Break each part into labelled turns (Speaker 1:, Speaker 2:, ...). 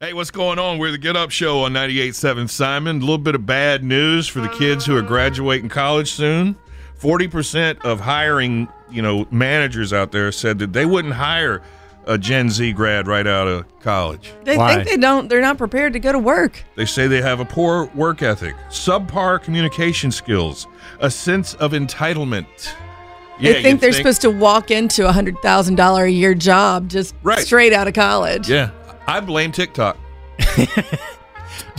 Speaker 1: Hey, what's going on? We're the Get Up Show on 98.7 Simon. A little bit of bad news for the kids who are graduating college soon. 40% of hiring, you know, managers out there said that they wouldn't hire a Gen Z grad right out of college.
Speaker 2: They
Speaker 3: Why?
Speaker 2: think they don't. They're not prepared to go to work.
Speaker 1: They say they have a poor work ethic, subpar communication skills, a sense of entitlement.
Speaker 2: they think they're supposed to walk into a hundred thousand dollar a year job just
Speaker 1: Right.
Speaker 2: straight out of college.
Speaker 1: Yeah. I blame TikTok.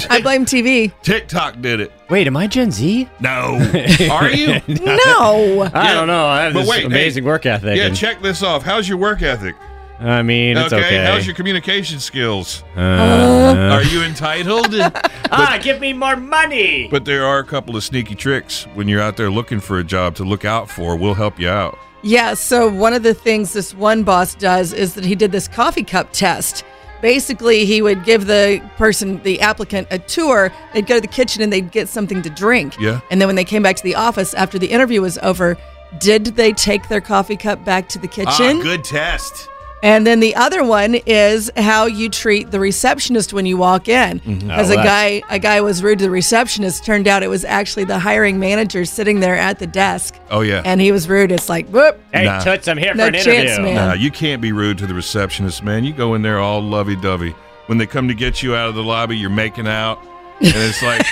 Speaker 2: I blame TV.
Speaker 1: TikTok did it.
Speaker 3: Wait, am I Gen Z?
Speaker 1: No. Are you?
Speaker 2: no.
Speaker 3: I
Speaker 1: Yeah.
Speaker 3: don't know. I have
Speaker 1: But
Speaker 3: this
Speaker 1: wait, hey.
Speaker 3: amazing work ethic.
Speaker 1: Yeah,
Speaker 3: and-
Speaker 1: check this off. How's your work ethic?
Speaker 3: I mean, it's okay.
Speaker 1: How's your communication skills?
Speaker 3: Uh,
Speaker 1: Are you entitled?
Speaker 3: ah, give me more money.
Speaker 1: but there are a couple of sneaky tricks when you're out there looking for a job to look out for. We'll help you out.
Speaker 2: Yeah. So one of the things this one boss does is that he did this coffee cup test. Basically, he would give the person, the applicant, a tour. They'd go to the kitchen and they'd get something to drink.
Speaker 1: Yeah.
Speaker 2: And then when they came back to the office after the interview was over, did they take their coffee cup back to the kitchen?
Speaker 1: Ah, good test.
Speaker 2: And then the other one is how you treat the receptionist when you walk in. Because
Speaker 3: Oh,
Speaker 2: a
Speaker 3: that's-
Speaker 2: guy a guy was rude to the receptionist. Turned out it was actually the hiring manager sitting there at the desk.
Speaker 1: Oh, yeah.
Speaker 2: And he was rude. It's like whoop.
Speaker 3: Hey,
Speaker 1: Nah.
Speaker 3: Toots, I'm here
Speaker 2: No
Speaker 3: for an
Speaker 2: chance,
Speaker 3: interview.
Speaker 2: man.
Speaker 1: Nah, you can't be rude to the receptionist, man. You go in there all lovey dovey. When they come to get you out of the lobby, you're making out. And it's like,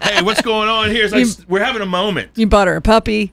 Speaker 1: hey, what's going on here? It's like, we're having a moment.
Speaker 2: You bought her a puppy.